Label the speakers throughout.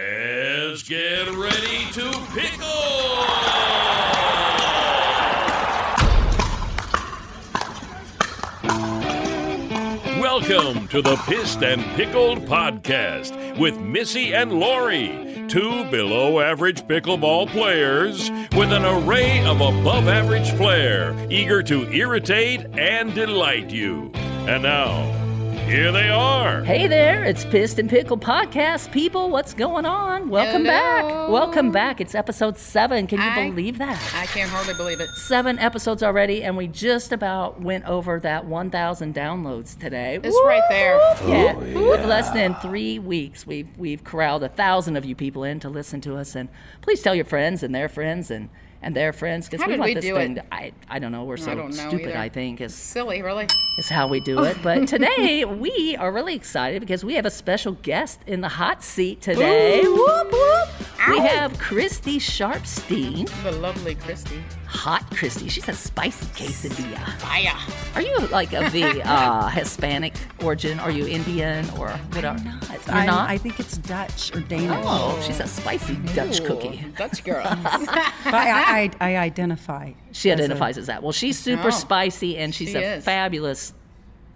Speaker 1: Let's get ready to pickle! Welcome to the Pissed and Pickled Podcast with Missy and Lori, two below average pickleball players with an array of above average flair, eager to irritate and delight you. And now, here they are.
Speaker 2: Hey there, it's Pissed and Pickle Podcast people. What's going on? Welcome back.
Speaker 3: Hello.
Speaker 2: Welcome back. It's episode seven. Can you
Speaker 3: I-
Speaker 2: believe that?
Speaker 3: I can hardly believe it.
Speaker 2: Seven episodes already, and we just about went over that 1,000 downloads today.
Speaker 3: It's right there.
Speaker 2: Yeah. With less than three weeks, we've we've corralled a thousand of you people in to listen to us, and please tell your friends and their friends and and their friends because
Speaker 3: How
Speaker 2: we
Speaker 3: did
Speaker 2: want
Speaker 3: we
Speaker 2: this
Speaker 3: do
Speaker 2: thing.
Speaker 3: it?
Speaker 2: To, I I don't know. We're so
Speaker 3: don't know
Speaker 2: stupid.
Speaker 3: either.
Speaker 2: I think is
Speaker 3: Silly, really.
Speaker 2: is how we do it. But today we are really excited because we have a special guest in the hot seat today. Whoop, whoop. We
Speaker 3: Ow.
Speaker 2: have Christy Sharpstein,
Speaker 3: The lovely Christy.
Speaker 2: hot Christy. She's a spicy quesadilla.
Speaker 3: Fire.
Speaker 2: Are you like of the uh, Hispanic origin? Are you Indian or what? Are not? You're
Speaker 4: I'm-
Speaker 2: not.
Speaker 4: I think it's Dutch or Danish.
Speaker 2: oh, she's a spicy Dutch
Speaker 3: Ooh,
Speaker 2: cookie.
Speaker 3: Dutch girl.
Speaker 4: But I, I, I identify.
Speaker 2: She identifies as that. Well, she's super
Speaker 3: Oh.
Speaker 2: spicy and she's
Speaker 3: She
Speaker 2: a
Speaker 3: is.
Speaker 2: fabulous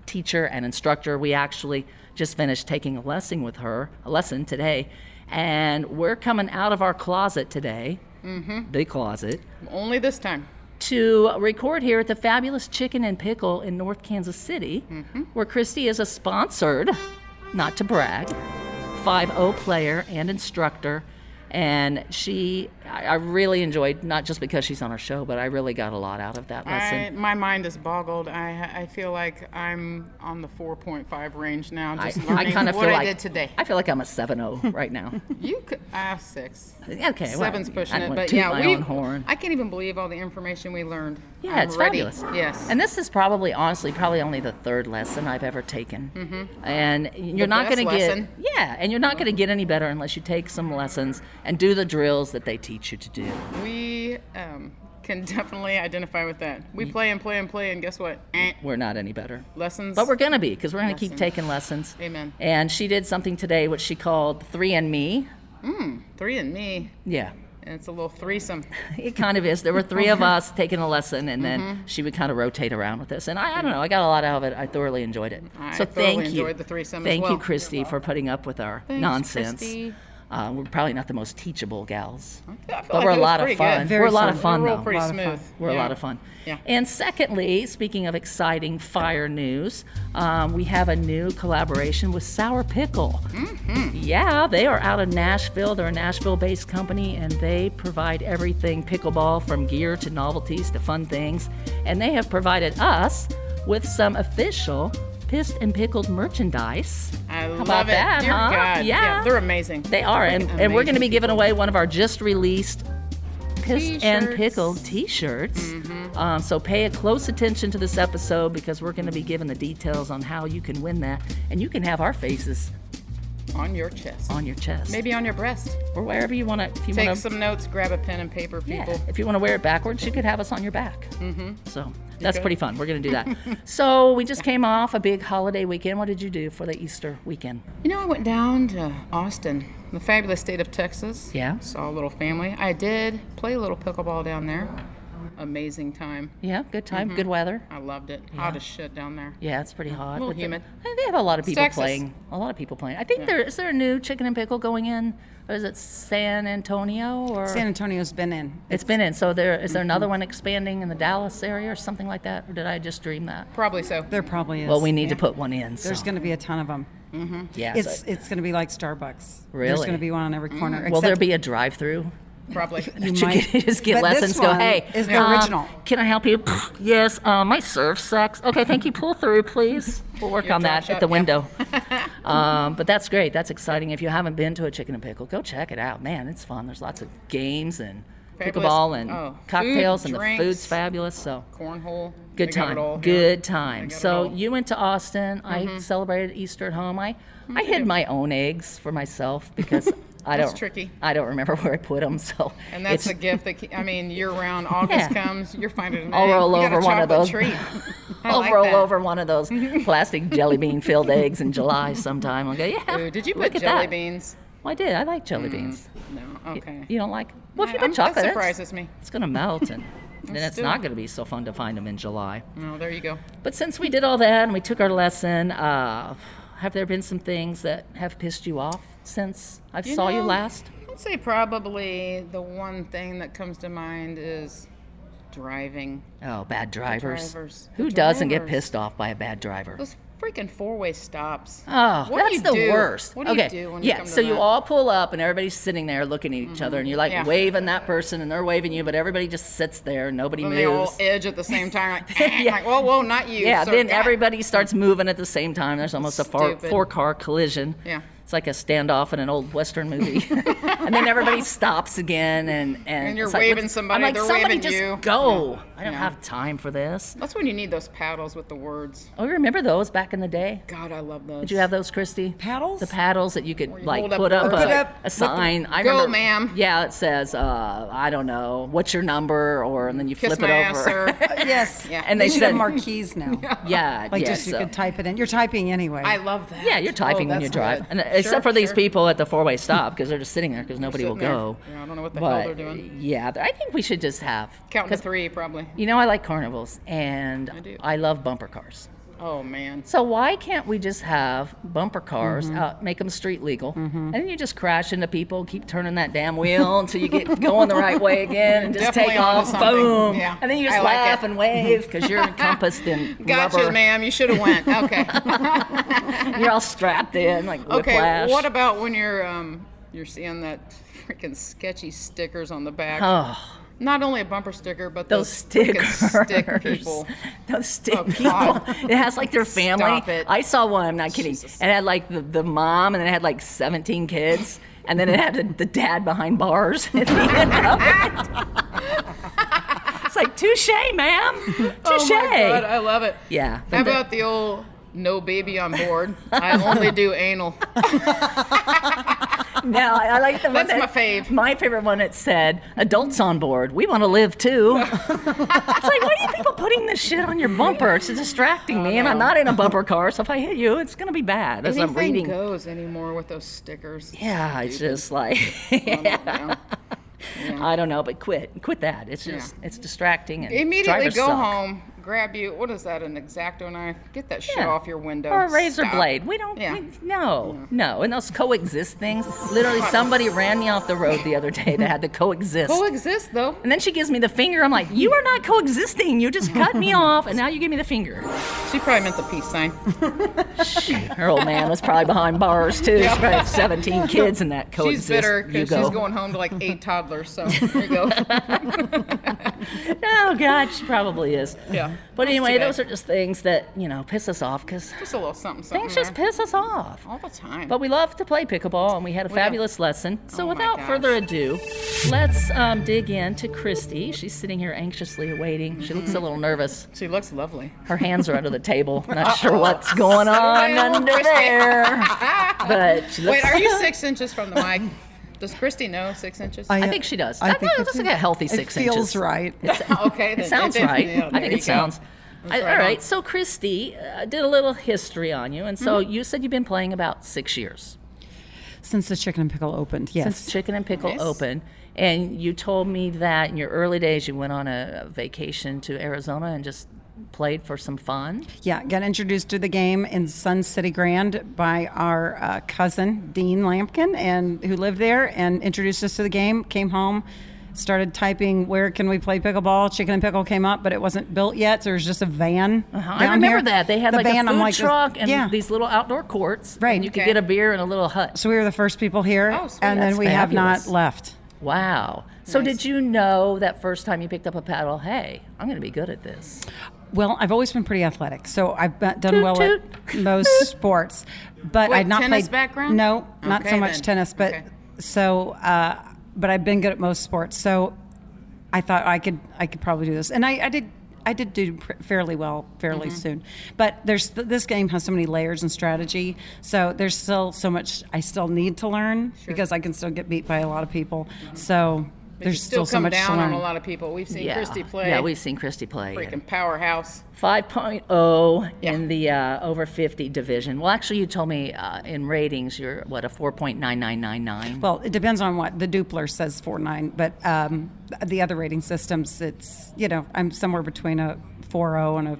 Speaker 2: teacher and instructor. We actually just finished taking a lesson with her, a lesson today, and we're coming out of our closet today, mm-hmm. the closet,
Speaker 3: Only this time.
Speaker 2: to record here at the fabulous Chicken and Pickle in North Kansas City,
Speaker 3: Mm-hmm.
Speaker 2: where Christy is a sponsored, not to brag, 5-0 player and instructor. And she, I, I really enjoyed, not just because she's on our show, but I really got a lot out of that lesson.
Speaker 3: I, my mind is boggled. I, I feel like I'm on the 4.5 range now.
Speaker 2: I,
Speaker 3: Just learning
Speaker 2: kind of
Speaker 3: what
Speaker 2: feel
Speaker 3: I
Speaker 2: like
Speaker 3: did today.
Speaker 2: I feel like I'm a 7-0 right now.
Speaker 3: you could ah six.
Speaker 2: Okay, well,
Speaker 3: Seven's
Speaker 2: I
Speaker 3: pushing
Speaker 2: don't
Speaker 3: it,
Speaker 2: wanna
Speaker 3: but
Speaker 2: toot
Speaker 3: yeah,
Speaker 2: my
Speaker 3: we.
Speaker 2: own horn.
Speaker 3: I can't even believe all the information we learned.
Speaker 2: yeah,
Speaker 3: I'm
Speaker 2: it's
Speaker 3: ready.
Speaker 2: fabulous.
Speaker 3: Yes.
Speaker 2: And this is probably, honestly, probably only the third lesson I've ever taken. Mm-hmm. And you're not
Speaker 3: best
Speaker 2: going to get
Speaker 3: lesson.
Speaker 2: yeah, and you're not going to get any better unless you take some lessons and do the drills that they teach you to do.
Speaker 3: we um, can definitely identify with that. We play and play and play, and guess what? Eh,
Speaker 2: We're not any better.
Speaker 3: lessons.
Speaker 2: But we're going to be because we're going to keep
Speaker 3: Lessons.
Speaker 2: taking lessons.
Speaker 3: Amen.
Speaker 2: And she did something today which she called three and me.
Speaker 3: three and me.
Speaker 2: Yeah.
Speaker 3: And it's a little threesome.
Speaker 2: It kind of is. There were three of us taking a lesson, and then
Speaker 3: Mm-hmm.
Speaker 2: she would kind of rotate around with us. And I, I don't know. I got a lot out of it. I thoroughly enjoyed it.
Speaker 3: I
Speaker 2: so
Speaker 3: thoroughly
Speaker 2: thank you.
Speaker 3: enjoyed the threesome as
Speaker 2: Thank
Speaker 3: well.
Speaker 2: you, Christy, for putting up with our
Speaker 3: Thanks,
Speaker 2: nonsense.
Speaker 3: Christy.
Speaker 2: Uh, we're probably not the most teachable gals,
Speaker 3: I feel
Speaker 2: but
Speaker 3: like
Speaker 2: we're
Speaker 3: it
Speaker 2: a
Speaker 3: was
Speaker 2: lot of
Speaker 3: pretty
Speaker 2: fun.
Speaker 3: good.
Speaker 2: We're a lot
Speaker 4: Very
Speaker 2: of fun,
Speaker 3: we
Speaker 2: though.
Speaker 3: were pretty
Speaker 4: lot of
Speaker 3: smooth.
Speaker 4: fun.
Speaker 2: We're a
Speaker 3: Yeah.
Speaker 2: lot of fun.
Speaker 3: Yeah.
Speaker 2: And secondly, speaking of exciting fire news, um, we have a new collaboration with Sour Pickle.
Speaker 3: Mm-hmm.
Speaker 2: Yeah, they are out of Nashville. They're a Nashville based company and they provide everything pickleball from gear to novelties to fun things. And they have provided us with some official pissed and pickled merchandise.
Speaker 3: I love
Speaker 2: about
Speaker 3: it.
Speaker 2: that,
Speaker 3: Dear
Speaker 2: huh?
Speaker 3: God.
Speaker 2: Yeah.
Speaker 3: they're amazing.
Speaker 2: They are, and, and we're going to be
Speaker 3: Amazing
Speaker 2: giving away one of our just released Pissed and
Speaker 3: T-shirts. Mm-hmm.
Speaker 2: Pickled t shirts. Um, so pay a close attention to this episode because we're going to be giving the details on how you can win that. And you can have our faces
Speaker 3: on your chest,
Speaker 2: on your chest
Speaker 3: maybe on your breast.
Speaker 2: or wherever you want to. If you
Speaker 3: Take
Speaker 2: want to
Speaker 3: some notes. Grab a pen and paper,
Speaker 2: Yeah.
Speaker 3: people.
Speaker 2: If you want to wear it backwards, you could have us on your back. Mm-hmm. So that's
Speaker 3: Okay.
Speaker 2: pretty fun. We're going to do that. so we just came off a big holiday weekend. What did you do for the Easter weekend?
Speaker 3: You know, I went down to Austin, the fabulous state of Texas.
Speaker 2: Yeah.
Speaker 3: Saw a little family. I did play a little pickleball down there. Amazing time.
Speaker 2: Yeah, good time,
Speaker 3: Mm-hmm.
Speaker 2: good weather.
Speaker 3: I loved it. Hot as shit down there.
Speaker 2: Yeah, it's pretty hot.
Speaker 3: little
Speaker 2: but they-
Speaker 3: humid.
Speaker 2: I think they have a lot of people
Speaker 3: Texas.
Speaker 2: playing. A lot of people playing. I think there is there a new chicken and pickle going in, or is it San Antonio? Or
Speaker 4: San Antonio's been in.
Speaker 2: it's been in. So there is there another one expanding in the Dallas area or something like that? Or did I just dream that?
Speaker 3: Probably so.
Speaker 4: There probably is.
Speaker 2: Well, we need to put one in. So.
Speaker 4: There's going to be a ton of them.
Speaker 2: yeah.
Speaker 4: It's
Speaker 2: so-
Speaker 4: it's going to be like Starbucks. There's
Speaker 2: Really?
Speaker 4: going to be one on every corner.
Speaker 2: will there
Speaker 4: except
Speaker 2: be a drive-through?
Speaker 3: Probably.
Speaker 4: you
Speaker 2: You
Speaker 4: might-
Speaker 2: can just get
Speaker 4: but
Speaker 2: lessons.
Speaker 4: This
Speaker 2: Go,
Speaker 4: one
Speaker 2: hey,
Speaker 4: Is the
Speaker 2: um,
Speaker 4: original?
Speaker 2: Can I help you? yes, um, my serve sucks. Okay, thank you. Pull through, please. We'll work on that
Speaker 3: drop
Speaker 2: at the
Speaker 3: shot, yeah.
Speaker 2: window. um, but that's great. That's exciting. If you haven't been to a chicken and pickle, go check it out. Man, it's fun. There's lots of games and
Speaker 3: Fabulous.
Speaker 2: pickleball and
Speaker 3: Oh, food,
Speaker 2: cocktails, and
Speaker 3: drinks.
Speaker 2: the food's fabulous. So.
Speaker 3: Cornhole.
Speaker 2: Good
Speaker 3: They got
Speaker 2: time.
Speaker 3: it all.
Speaker 2: Good
Speaker 3: They
Speaker 2: time.
Speaker 3: got it
Speaker 2: So
Speaker 3: all. Mm-hmm.
Speaker 2: you went to Austin. I celebrated Easter at home. I, I hid my own eggs for myself because I
Speaker 3: That's
Speaker 2: don't
Speaker 3: tricky.
Speaker 2: I don't remember where I put them. So
Speaker 3: And that's
Speaker 2: it's-
Speaker 3: a gift that ke- I mean, year round. August comes, you're finding an
Speaker 2: I'll
Speaker 3: egg.
Speaker 2: roll
Speaker 3: You got a
Speaker 2: over one of those.
Speaker 3: chocolate Treat. I
Speaker 2: I'll
Speaker 3: like
Speaker 2: roll
Speaker 3: that.
Speaker 2: over one of those plastic jelly bean filled eggs in July sometime. I'll go, yeah.
Speaker 3: Ooh, did you
Speaker 2: look
Speaker 3: put
Speaker 2: at
Speaker 3: jelly
Speaker 2: that.
Speaker 3: beans?
Speaker 2: Well, I did. I like jelly beans.
Speaker 3: No, okay.
Speaker 2: You don't like? 'em? Well, if
Speaker 3: I-
Speaker 2: you put
Speaker 3: I'm-
Speaker 2: chocolate,
Speaker 3: That
Speaker 2: it's-
Speaker 3: surprises me.
Speaker 2: It's going to melt, and then it's
Speaker 3: do
Speaker 2: not
Speaker 3: it.
Speaker 2: going to be so fun to find them in July.
Speaker 3: No, there you go.
Speaker 2: But since we did all that and we took our lesson, uh, have there been some things that have pissed you off since I saw you
Speaker 3: know-
Speaker 2: last?
Speaker 3: I'd say probably the one thing that comes to mind is driving.
Speaker 2: Oh, bad drivers.
Speaker 3: drivers. The
Speaker 2: Who doesn't get
Speaker 3: drivers.
Speaker 2: pissed off by a bad driver?
Speaker 3: Those freaking four-way stops.
Speaker 2: Oh,
Speaker 3: What do
Speaker 2: that's
Speaker 3: you
Speaker 2: the
Speaker 3: do-
Speaker 2: worst.
Speaker 3: What do
Speaker 2: okay.
Speaker 3: you do when
Speaker 2: yeah,
Speaker 3: you come to
Speaker 2: so you
Speaker 3: that?
Speaker 2: all pull up and everybody's sitting there looking at each other and you're like
Speaker 3: Yeah.
Speaker 2: waving that person and they're waving you, but everybody just sits there and nobody
Speaker 3: and
Speaker 2: moves.
Speaker 3: they all edge at the same time, like, eh,
Speaker 2: Yeah.
Speaker 3: like, whoa, whoa, not you.
Speaker 2: yeah,
Speaker 3: sir.
Speaker 2: then
Speaker 3: God.
Speaker 2: everybody starts moving at the same time. There's almost a four,
Speaker 3: Stupid.
Speaker 2: four car collision.
Speaker 3: Yeah.
Speaker 2: It's like a standoff in an old Western movie. and then everybody stops again and And,
Speaker 3: you're
Speaker 2: it's like,
Speaker 3: waving
Speaker 2: what's-
Speaker 3: somebody,
Speaker 2: I'm like,
Speaker 3: they're
Speaker 2: somebody
Speaker 3: waving
Speaker 2: just
Speaker 3: you."
Speaker 2: go. I don't
Speaker 3: Yeah.
Speaker 2: have time for this.
Speaker 3: That's when you need those paddles with the words.
Speaker 2: Oh, you remember those back in the day?
Speaker 3: God, I love those.
Speaker 2: Did you have those, Christy?
Speaker 4: Paddles?
Speaker 2: The paddles that you could
Speaker 3: you
Speaker 2: like
Speaker 3: hold up
Speaker 2: put up,
Speaker 3: words.
Speaker 2: a,
Speaker 3: Put up
Speaker 2: a sign. I
Speaker 3: "Go,
Speaker 2: remember,
Speaker 3: ma'am."
Speaker 2: Yeah, it says uh, I don't know what's your number, or and then you
Speaker 3: Kiss
Speaker 2: flip it
Speaker 3: my
Speaker 2: over.
Speaker 3: ass, sir.
Speaker 4: yes.
Speaker 3: Yeah.
Speaker 2: And
Speaker 4: They,
Speaker 2: they
Speaker 4: should
Speaker 2: said,
Speaker 4: have marquees now.
Speaker 2: yeah,
Speaker 4: Like
Speaker 2: yeah,
Speaker 4: just you
Speaker 2: so-
Speaker 4: could type it in. You're typing anyway.
Speaker 3: I love that.
Speaker 2: yeah, you're typing
Speaker 3: Oh,
Speaker 2: when you
Speaker 3: that's
Speaker 2: drive,
Speaker 3: good.
Speaker 2: and, uh,
Speaker 3: Sure,
Speaker 2: except for these
Speaker 3: sure.
Speaker 2: people at the four-way stop because they're just sitting there because nobody will
Speaker 3: sitting there.
Speaker 2: go.
Speaker 3: Yeah, I don't know what the hell
Speaker 2: but,
Speaker 3: they're doing.
Speaker 2: Yeah, I think we should just have.
Speaker 3: Count to three, probably.
Speaker 2: You know, I like carnivals, and
Speaker 3: do.
Speaker 2: I love bumper cars.
Speaker 3: Oh man.
Speaker 2: So why can't we just have bumper cars,
Speaker 3: Mm-hmm.
Speaker 2: uh, make them street legal, and then you just crash into people, keep turning that damn wheel until you get going the right way again, and just
Speaker 3: Definitely
Speaker 2: take
Speaker 3: onto
Speaker 2: off,
Speaker 3: something.
Speaker 2: boom,
Speaker 3: Yeah,
Speaker 2: and then you
Speaker 3: I
Speaker 2: just
Speaker 3: like
Speaker 2: laugh
Speaker 3: it.
Speaker 2: and wave because you're encompassed in
Speaker 3: Gotcha,
Speaker 2: rubber.
Speaker 3: ma'am. You should have went. Okay.
Speaker 2: You're all strapped in like
Speaker 3: okay.
Speaker 2: whiplash.
Speaker 3: What about when you're um you're seeing that freaking sketchy stickers on the back?
Speaker 2: Oh,
Speaker 3: Not only a bumper sticker, but
Speaker 2: those
Speaker 3: freaking
Speaker 2: stickers.
Speaker 3: stick people.
Speaker 2: Those stick
Speaker 3: Oh,
Speaker 2: people.
Speaker 3: God.
Speaker 2: It has like their family.
Speaker 3: Stop it.
Speaker 2: I saw one, I'm not kidding.
Speaker 3: Jesus.
Speaker 2: And it had like the, the mom and then it had like 17 kids. And then it had the, the dad behind bars at the end of it. it's like, touche, ma'am. Touche.
Speaker 3: Oh my god, I love it.
Speaker 2: yeah. but
Speaker 3: How
Speaker 2: the-
Speaker 3: about the old no baby on board? I only do anal.
Speaker 2: No, I I like the one
Speaker 3: That's
Speaker 2: that,
Speaker 3: my fave.
Speaker 2: My favorite one that said, "Adults on board, we want to live too." it's like, why do you people putting this shit on your bumper? It's distracting me, and I'm not in a bumper car, so if I hit you, it's gonna be bad. As I'm
Speaker 3: Anything
Speaker 2: reading,
Speaker 3: goes anymore with those stickers.
Speaker 2: yeah, it's just like,
Speaker 3: Yeah.
Speaker 2: I don't know, but quit, quit that. It's just, it's distracting. And
Speaker 3: Immediately
Speaker 2: drivers
Speaker 3: go
Speaker 2: suck.
Speaker 3: home, grab you. What is that? An exacto knife? Get that shit
Speaker 2: Yeah.
Speaker 3: off your window.
Speaker 2: Or a razor
Speaker 3: Stop.
Speaker 2: blade. We don't.
Speaker 3: Yeah.
Speaker 2: We, no, no. And those coexist things. Literally, somebody ran me off the road the other day that had to coexist.
Speaker 3: Coexist though.
Speaker 2: And then she gives me the finger. I'm like, you are not coexisting. You just cut me off, and now you give me the finger.
Speaker 3: She probably meant the peace sign.
Speaker 2: Her old man was probably behind bars too. She probably had 17 kids in that coexist.
Speaker 3: She's bitter
Speaker 2: you
Speaker 3: because
Speaker 2: go.
Speaker 3: she's going home to like eight toddlers. So there you go.
Speaker 2: Oh God, she probably is.
Speaker 3: Yeah.
Speaker 2: But
Speaker 3: That's
Speaker 2: anyway,
Speaker 3: too bad.
Speaker 2: those are just things that you know piss us off because
Speaker 3: Just a little something. something
Speaker 2: things just
Speaker 3: there.
Speaker 2: piss us off.
Speaker 3: all the time.
Speaker 2: But we love to play pickleball, and we had a fabulous lesson. So
Speaker 3: Oh my
Speaker 2: without
Speaker 3: gosh.
Speaker 2: further ado, let's um, dig into Christy. She's sitting here anxiously waiting. She looks a little nervous.
Speaker 3: she looks lovely.
Speaker 2: Her hands are under the table. Not sure what's going on
Speaker 3: down,
Speaker 2: under
Speaker 3: Christy.
Speaker 2: there. But she looks,
Speaker 3: Wait, are you six inches from the mic? Does Christy know six inches?
Speaker 2: I think she does.
Speaker 4: I
Speaker 2: That-
Speaker 4: think
Speaker 2: that
Speaker 4: it
Speaker 2: looks
Speaker 4: is.
Speaker 2: like a healthy six
Speaker 4: it feels
Speaker 2: inches.
Speaker 4: right.
Speaker 3: okay, then
Speaker 2: It sounds
Speaker 3: did-
Speaker 2: right.
Speaker 3: yeah,
Speaker 2: I
Speaker 3: there
Speaker 2: think
Speaker 3: you
Speaker 2: it
Speaker 3: go.
Speaker 2: sounds. I-
Speaker 3: right
Speaker 2: all
Speaker 3: on.
Speaker 2: right. So Christy uh, did a little history on you, and
Speaker 3: Mm-hmm.
Speaker 2: so you said you've been playing about six years
Speaker 4: Since the chicken and pickle opened, yes.
Speaker 2: since Chicken and Pickle
Speaker 3: Nice.
Speaker 2: opened, and you told me that in your early days you went on a vacation to Arizona and just played for some fun.
Speaker 4: Yeah, got introduced to the game in Sun City Grand by our uh, cousin Dean Lampkin, and who lived there, and introduced us to the game. Came home, started typing, "Where can we play pickleball?" Chicken and pickle came up, but it wasn't built yet, so it was just a van.
Speaker 2: Uh-huh. I
Speaker 4: down
Speaker 2: remember
Speaker 4: here.
Speaker 2: that they had
Speaker 4: The
Speaker 2: like a food
Speaker 4: I'm like,
Speaker 2: truck and
Speaker 4: yeah.
Speaker 2: these little outdoor courts.
Speaker 4: Right.
Speaker 2: And you could
Speaker 3: Okay.
Speaker 2: get a beer in a little hut.
Speaker 4: so we were the first people here,
Speaker 3: Oh, sweet.
Speaker 4: and then
Speaker 2: That's
Speaker 4: we
Speaker 2: fabulous.
Speaker 4: have not left.
Speaker 2: Wow. So did you know that first time you picked up a paddle? Hey, I'm going to be good at this.
Speaker 4: Well, I've always been pretty athletic, so I've been, done well at
Speaker 2: toot.
Speaker 4: most sports. But
Speaker 3: Wait,
Speaker 4: I'd not
Speaker 3: tennis
Speaker 4: played
Speaker 3: background?
Speaker 4: No, not so
Speaker 3: Okay,
Speaker 4: much
Speaker 3: then.
Speaker 4: tennis, but
Speaker 3: Okay.
Speaker 4: so uh, but I've been good at most sports. So I thought I could I could probably do this, and I, I did. I did do pr- fairly well, fairly
Speaker 3: Mm-hmm.
Speaker 4: soon, but there's this game has so many layers and strategy. So there's still so much I still need to learn because I can still get beat by a lot of people. So
Speaker 3: Mm-hmm. But
Speaker 4: There's
Speaker 3: you still,
Speaker 4: still so
Speaker 3: come
Speaker 4: much to
Speaker 3: down on
Speaker 4: learn.
Speaker 3: a lot of people. We've seen
Speaker 2: yeah.
Speaker 3: Christy play.
Speaker 2: Yeah, we've seen Christy play. and-
Speaker 3: freaking powerhouse.
Speaker 2: 5.0
Speaker 3: Yeah.
Speaker 2: in the uh, over 50 division. Well, actually, you told me uh, in ratings you're what a 4.9999.
Speaker 4: Well, it depends on what the Dupler says four nine, but um, the other rating systems, it's you know I'm somewhere between a four zero and a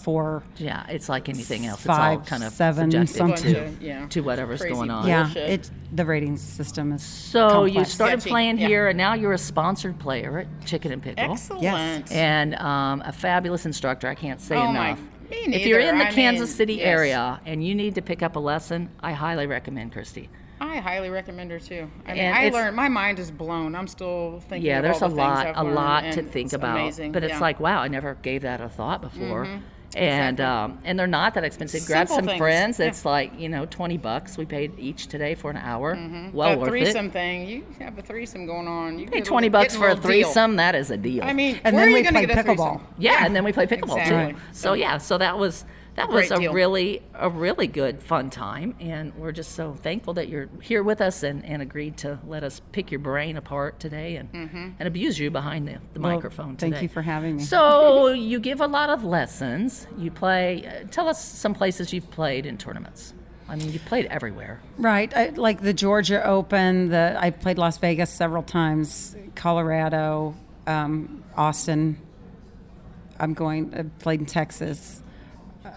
Speaker 4: four.
Speaker 2: yeah, it's like anything else. it's all
Speaker 4: Five,
Speaker 2: kind of
Speaker 4: seven,
Speaker 2: subjective
Speaker 4: something.
Speaker 2: to
Speaker 3: Bunch of- yeah.
Speaker 2: to whatever's
Speaker 3: Crazy
Speaker 2: going on.
Speaker 4: Yeah,
Speaker 3: Bullshit.
Speaker 4: it the rating system is
Speaker 2: So you
Speaker 4: complex.
Speaker 2: started
Speaker 3: Catchy,
Speaker 2: playing
Speaker 3: yeah.
Speaker 2: here, and now you're a sponsored player at Chicken and Pickle.
Speaker 3: Excellent.
Speaker 2: And um, a fabulous instructor. I can't say
Speaker 3: Oh my-
Speaker 2: enough.
Speaker 3: me
Speaker 2: if you're
Speaker 3: neither.
Speaker 2: in the
Speaker 3: I
Speaker 2: Kansas
Speaker 3: mean,
Speaker 2: City
Speaker 3: yes.
Speaker 2: area and you need to pick up a lesson, I highly recommend Christy.
Speaker 3: I highly recommend her too. I mean,
Speaker 2: And
Speaker 3: I
Speaker 2: it's-
Speaker 3: learned. My mind is blown. I'm still thinking.
Speaker 2: yeah
Speaker 3: of
Speaker 2: there's
Speaker 3: all
Speaker 2: a
Speaker 3: the
Speaker 2: lot
Speaker 3: things I've
Speaker 2: a
Speaker 3: learned,
Speaker 2: lot to
Speaker 3: and
Speaker 2: think
Speaker 3: it's
Speaker 2: about
Speaker 3: Amazing.
Speaker 2: but it's
Speaker 3: yeah. Mm-hmm.
Speaker 2: like wow i never gave that a thought before and um, and they're not that expensive grab
Speaker 3: Simple
Speaker 2: some
Speaker 3: things,
Speaker 2: friends
Speaker 3: yeah.
Speaker 2: it's like you know 20 bucks we paid each today for an hour well
Speaker 3: Mm-hmm. that
Speaker 2: worth
Speaker 3: threesome
Speaker 2: it
Speaker 3: thing. You have a threesome going on. You
Speaker 2: Hey,
Speaker 3: get a
Speaker 2: 20
Speaker 3: little-
Speaker 2: bucks
Speaker 3: getting
Speaker 2: for a
Speaker 3: little deal.
Speaker 2: threesome that is a deal
Speaker 3: I mean,
Speaker 4: And
Speaker 3: where are
Speaker 4: then we
Speaker 3: you going to
Speaker 4: played
Speaker 3: get a
Speaker 4: pickleball.
Speaker 3: threesome?
Speaker 2: yeah, and then we play pickleball
Speaker 3: Exactly.
Speaker 2: too. So yeah, so that was that was
Speaker 3: Great
Speaker 2: a
Speaker 3: deal.
Speaker 2: really a really good fun time, and we're just so thankful that you're here with us and, and agreed to let us pick your brain apart today and and abuse you behind the, the
Speaker 4: Well,
Speaker 2: microphone today.
Speaker 4: thank you for having me.
Speaker 2: So you give a lot of lessons. You play. Uh, tell us some places you've played in tournaments. I mean, you've played everywhere.
Speaker 4: Right, I, like the Georgia Open. The I played Las Vegas several times, Colorado, um, Austin. I'm going. I played in Texas.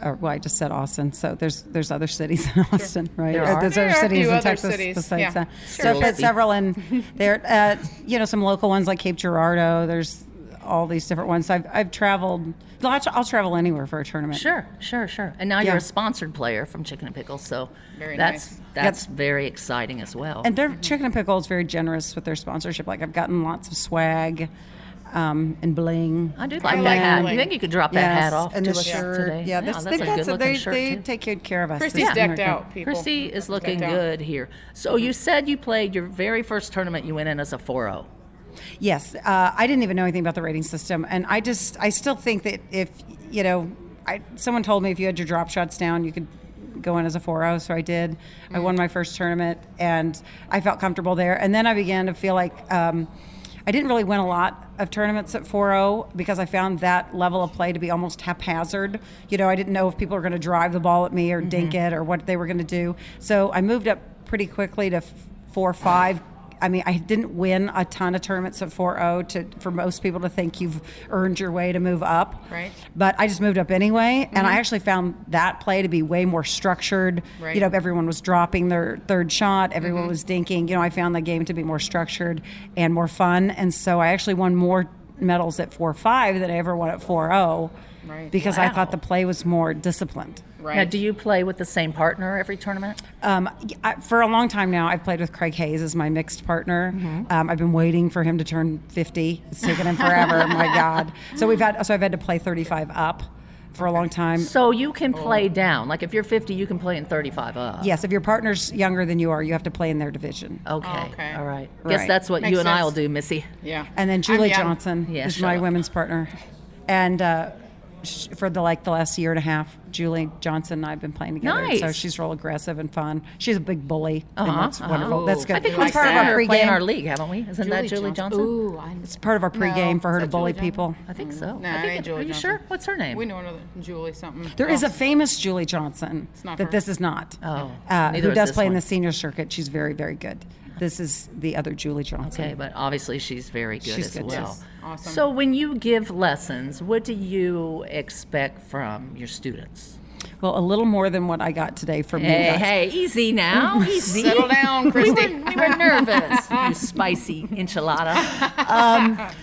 Speaker 4: Or, well, I just said Austin. So there's there's other cities in Austin, right?
Speaker 2: There
Speaker 4: Or
Speaker 2: are.
Speaker 4: There's
Speaker 3: There
Speaker 4: other
Speaker 3: are a
Speaker 4: cities
Speaker 3: few
Speaker 4: in
Speaker 3: other
Speaker 4: Texas
Speaker 3: cities,
Speaker 4: besides
Speaker 3: yeah.
Speaker 4: that.
Speaker 3: Sure.
Speaker 4: So I
Speaker 2: Sure.
Speaker 4: played several in there. Uh, you know, some local ones like Cape Girardeau. There's all these different ones. So I've I've traveled. I'll, I'll travel anywhere for a tournament.
Speaker 2: Sure, sure, sure. And now
Speaker 4: Yeah.
Speaker 2: you're a sponsored player from Chicken and Pickles, so
Speaker 3: Very
Speaker 2: that's
Speaker 3: nice.
Speaker 2: that's very exciting as well.
Speaker 4: And their chicken and pickle is very generous with their sponsorship. Like I've gotten lots of swag um, and bling.
Speaker 2: I do like
Speaker 3: I
Speaker 2: that
Speaker 3: like
Speaker 2: hat.
Speaker 3: the
Speaker 2: You think you could drop that
Speaker 4: Yes,
Speaker 2: hat off
Speaker 4: and
Speaker 2: to
Speaker 4: the
Speaker 2: us
Speaker 4: shirt.
Speaker 2: today? Oh,
Speaker 4: Yeah,
Speaker 2: that's
Speaker 4: that's,
Speaker 2: a
Speaker 4: they've got
Speaker 2: good
Speaker 4: some.
Speaker 2: looking
Speaker 4: They,
Speaker 2: shirt
Speaker 4: they
Speaker 2: too.
Speaker 4: take good care of us.
Speaker 3: Christy's
Speaker 4: This is
Speaker 3: decked
Speaker 4: America.
Speaker 3: out, people.
Speaker 2: Christy is looking
Speaker 3: Decked out.
Speaker 2: good here. So you said you played your very first tournament. You went in as a oh. 4-0.
Speaker 4: Yes, uh, I didn't even know anything about the rating system, and I just I still think that if you know, I someone told me if you had your drop shots down, you could go in as a 4-0 so i did i won my first tournament and i felt comfortable there and then i began to feel like um, i didn't really win a lot of tournaments at 4-0 because i found that level of play to be almost haphazard you know i didn't know if people were going to drive the ball at me or dink it or what they were going to do so i moved up pretty quickly to f- 4-5 I mean, I didn't win a ton of tournaments at 4-0 to for most people to think you've earned your way to move up.
Speaker 3: Right. Mm-hmm.
Speaker 4: But I just moved up anyway, and I actually found that play to be way more structured.
Speaker 3: Right. Mm-hmm.
Speaker 4: You know, everyone was dropping their third shot, everyone was dinking. You know, I found the game to be more structured and more fun, and so I actually won more medals at 4-5 than I ever won at 4-0
Speaker 3: Right.
Speaker 4: because I
Speaker 2: Wow.
Speaker 4: thought the play was more disciplined.
Speaker 3: Right.
Speaker 2: Now, do you play with the same partner every tournament?
Speaker 4: Um, I, for a long time now, I've played with Craig Hayes as my mixed partner.
Speaker 2: Mm-hmm.
Speaker 4: Um, I've been waiting for him to turn 50. It's taken him forever. my God. So we've had so I've had to play 35 up for a long time.
Speaker 2: So you can play down. Like if you're 50, you can play in 35 up.
Speaker 4: Yes, if your partner's younger than you are, you have to play in their division.
Speaker 2: Okay.
Speaker 3: Okay.
Speaker 2: All right. Guess
Speaker 4: Right.
Speaker 2: that's what
Speaker 3: Makes
Speaker 2: you and I
Speaker 3: sense.
Speaker 2: will do, Missy.
Speaker 3: yeah.
Speaker 4: And then
Speaker 3: I'm
Speaker 4: Julie
Speaker 3: young.
Speaker 4: Johnson
Speaker 2: Yeah,
Speaker 4: is
Speaker 2: shut
Speaker 4: my
Speaker 2: up.
Speaker 4: women's partner, and uh, sh- for the like the last year and a half, Julie Johnson and I've been playing together. So
Speaker 2: Nice.
Speaker 4: she's real aggressive and fun. She's a big bully, and
Speaker 2: Uh-huh,
Speaker 4: that's
Speaker 2: uh-huh.
Speaker 4: wonderful. That's good.
Speaker 2: I think
Speaker 4: That's
Speaker 2: we've
Speaker 4: part
Speaker 2: seen
Speaker 4: of our
Speaker 2: her play in
Speaker 4: pregame.
Speaker 2: our league, haven't we? Isn't that Julie Johnson?
Speaker 3: Ooh, I'm,
Speaker 4: It's part of our pregame for her
Speaker 3: is
Speaker 4: to
Speaker 3: that
Speaker 4: bully
Speaker 3: Julie
Speaker 4: people.
Speaker 2: I think so. I
Speaker 3: Nah, it
Speaker 2: think
Speaker 3: ain't
Speaker 2: it, are
Speaker 3: Julie
Speaker 2: you
Speaker 3: Johnson.
Speaker 2: sure? What's her name?
Speaker 3: we know another Julie something.
Speaker 4: There is a famous Julie Johnson
Speaker 3: not
Speaker 4: that
Speaker 3: her.
Speaker 4: this is not.
Speaker 2: Oh,
Speaker 4: uh,
Speaker 2: neither
Speaker 4: who
Speaker 2: is
Speaker 4: does
Speaker 2: this
Speaker 4: play in
Speaker 2: one.
Speaker 4: the senior circuit? She's very, very good. This is the other Julie Johnson.
Speaker 2: Okay, but obviously she's very good
Speaker 4: She's
Speaker 2: as
Speaker 4: good,
Speaker 2: well.
Speaker 4: yes.
Speaker 3: Awesome.
Speaker 2: So when you give lessons, what do you expect from your students?
Speaker 4: Well, a little more than what I got today from you
Speaker 2: Hey,
Speaker 4: guys.
Speaker 2: hey, easy now, easy.
Speaker 3: Settle down,
Speaker 2: We
Speaker 3: Christy.
Speaker 2: were, we were nervous. you spicy enchilada.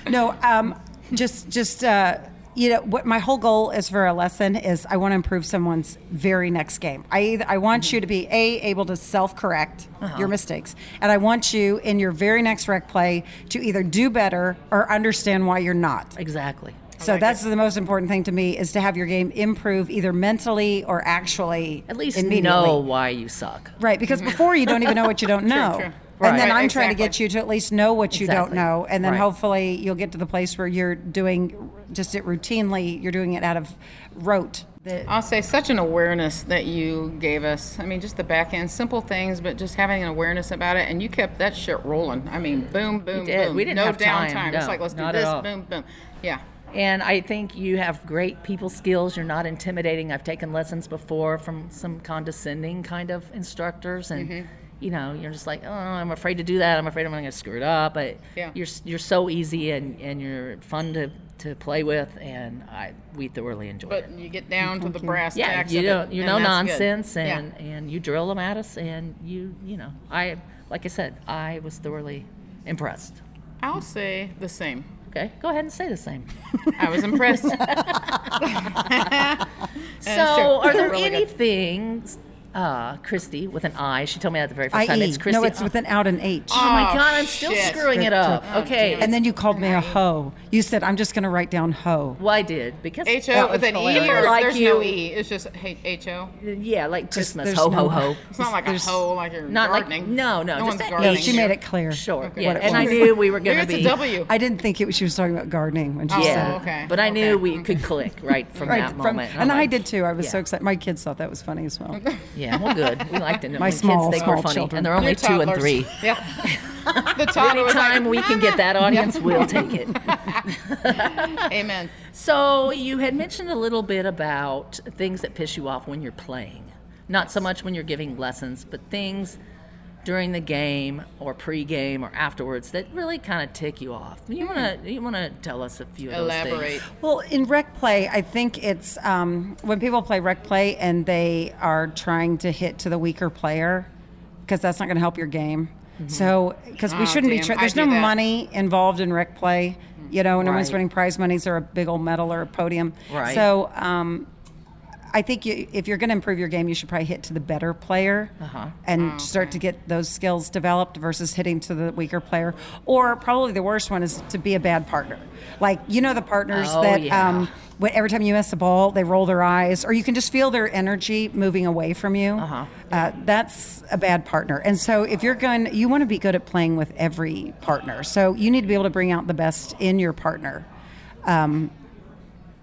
Speaker 4: No, um, just, just. Uh, you know what my whole goal is for a lesson is I want to improve someone's very next game. I either, I want you to be a able to self-correct
Speaker 2: Uh-huh.
Speaker 4: your mistakes, and I want you in your very next rec play to either do better or understand why you're not.
Speaker 2: Exactly.
Speaker 4: So that's the most important thing to me is to have your game improve either mentally or actually
Speaker 2: At least
Speaker 4: immediately.
Speaker 2: know Mm-hmm. why you suck.
Speaker 4: Right, because before you don't even know what you don't know.
Speaker 3: true.
Speaker 4: And then
Speaker 3: Right,
Speaker 4: I'm trying to get
Speaker 3: exactly.
Speaker 4: you to at least know what you
Speaker 2: Exactly.
Speaker 4: don't know. And then
Speaker 2: Right.
Speaker 4: hopefully you'll get to the place where you're doing just it routinely, you're doing it out of rote. The,
Speaker 3: I'll say such an awareness that you gave us. I mean, just the back end, simple things, but just having an awareness about it. And you kept that shit rolling. I mean, boom, boom,
Speaker 2: did.
Speaker 3: boom.
Speaker 2: We didn't
Speaker 3: no
Speaker 2: have time,
Speaker 3: downtime. It's
Speaker 2: no,
Speaker 3: like let's do
Speaker 2: not at
Speaker 3: this,
Speaker 2: all.
Speaker 3: boom, boom. Yeah.
Speaker 2: And I think you have great people skills. You're not intimidating. I've taken lessons before from some condescending kind of instructors, and
Speaker 3: Mm-hmm.
Speaker 2: you know, you're just like, oh, I'm afraid to do that. I'm afraid I'm going to screw it up. But
Speaker 3: Yeah.
Speaker 2: you're s- you're so easy and, and you're fun to, to play with, and I we thoroughly enjoyed it.
Speaker 3: But you get down to the brass
Speaker 2: Yeah,
Speaker 3: tacks.
Speaker 2: you
Speaker 3: of it,
Speaker 2: don't, you
Speaker 3: and
Speaker 2: know
Speaker 3: that's good.
Speaker 2: nonsense,
Speaker 3: Yeah.
Speaker 2: and and you drill them at us, and you you know, I like I said, I was thoroughly impressed.
Speaker 3: I'll say the same.
Speaker 2: Okay, go ahead and say the same.
Speaker 3: I was impressed. it's true. Oh
Speaker 2: So, are there
Speaker 3: Really good.
Speaker 2: any things, uh, Christy, with an I? She told me that the very first time.
Speaker 4: IE.
Speaker 2: It's Christy.
Speaker 4: E. No, it's with an out and H.
Speaker 2: Oh my
Speaker 3: Oh,
Speaker 2: God, I'm still
Speaker 3: shit.
Speaker 2: screwing it up. Okay.
Speaker 4: and then you called me a hoe. You said, I'm just going to write down hoe.
Speaker 2: well, I did because
Speaker 3: H
Speaker 2: that
Speaker 3: O with
Speaker 2: was
Speaker 3: an E,
Speaker 2: hilarious.
Speaker 3: or
Speaker 2: like
Speaker 3: there's
Speaker 2: you,
Speaker 3: no E. It's just H O.
Speaker 2: yeah, like Christmas,
Speaker 4: there's
Speaker 2: ho ho
Speaker 4: no-
Speaker 2: ho.
Speaker 3: It's not like a
Speaker 4: There's-
Speaker 3: hoe, like you're
Speaker 2: Not like-
Speaker 3: gardening.
Speaker 2: no, no,
Speaker 3: no
Speaker 2: just
Speaker 3: one's
Speaker 2: that
Speaker 4: Yeah,
Speaker 3: gardening.
Speaker 4: she made it clear.
Speaker 2: Sure,
Speaker 3: Okay.
Speaker 2: yeah,
Speaker 3: What it
Speaker 2: and I
Speaker 4: was.
Speaker 2: knew we were
Speaker 3: Maybe
Speaker 2: going to
Speaker 3: it's
Speaker 2: be.
Speaker 3: a W.
Speaker 4: I didn't think it was, she was talking about gardening when she
Speaker 3: Oh,
Speaker 4: said it.
Speaker 2: Yeah,
Speaker 3: okay,
Speaker 2: but I knew
Speaker 3: okay,
Speaker 2: we could click right from
Speaker 4: Right
Speaker 2: that
Speaker 4: from-
Speaker 2: moment. I'm
Speaker 4: and I
Speaker 2: like,
Speaker 4: did too. I was so
Speaker 2: yeah.
Speaker 4: excited. My kids thought that was funny as well.
Speaker 2: Yeah, well, good. We liked it. My
Speaker 4: small,
Speaker 2: kids, they were
Speaker 4: small
Speaker 2: funny,
Speaker 4: children.
Speaker 2: and they're
Speaker 3: Your
Speaker 2: only two and
Speaker 3: toddlers.
Speaker 2: three.
Speaker 3: Yeah. the toddler was like,
Speaker 2: Anytime we can get that audience, we'll take it.
Speaker 3: amen.
Speaker 2: So you had mentioned a little bit about things that piss you off when you're playing, not so much when you're giving lessons, but things during the game or pre-game or afterwards that really kind of tick you off. You want
Speaker 4: Mm-hmm.
Speaker 2: to you want to tell us a few of those things.
Speaker 3: Elaborate.
Speaker 4: Well, in rec play, I think it's um, when people play rec play and they are trying to hit to the weaker player because that's not going to help your game. So, because we
Speaker 3: Mm-hmm. Oh,
Speaker 4: shouldn't be,
Speaker 3: damn,
Speaker 4: tra-
Speaker 3: I
Speaker 4: there's
Speaker 3: do
Speaker 4: no
Speaker 3: that.
Speaker 4: money involved in rec play. You know, no one's
Speaker 2: Right.
Speaker 4: winning prize monies or a big old medal or a podium.
Speaker 2: Right.
Speaker 4: So, um, I think you, if you're going to improve your game, you should probably hit to the better player
Speaker 2: Uh-huh.
Speaker 4: and start to get those skills developed versus hitting to the weaker player. Or probably the worst one is to be a bad partner. Like you know the partners
Speaker 2: Oh,
Speaker 4: that
Speaker 2: yeah.
Speaker 4: um, when, every time you miss the ball, they roll their eyes, or you can just feel their energy moving away from you. Uh-huh. that's a bad partner. And so if you're going, you want to be good at playing with every partner. So you need to be able to bring out the best in your partner.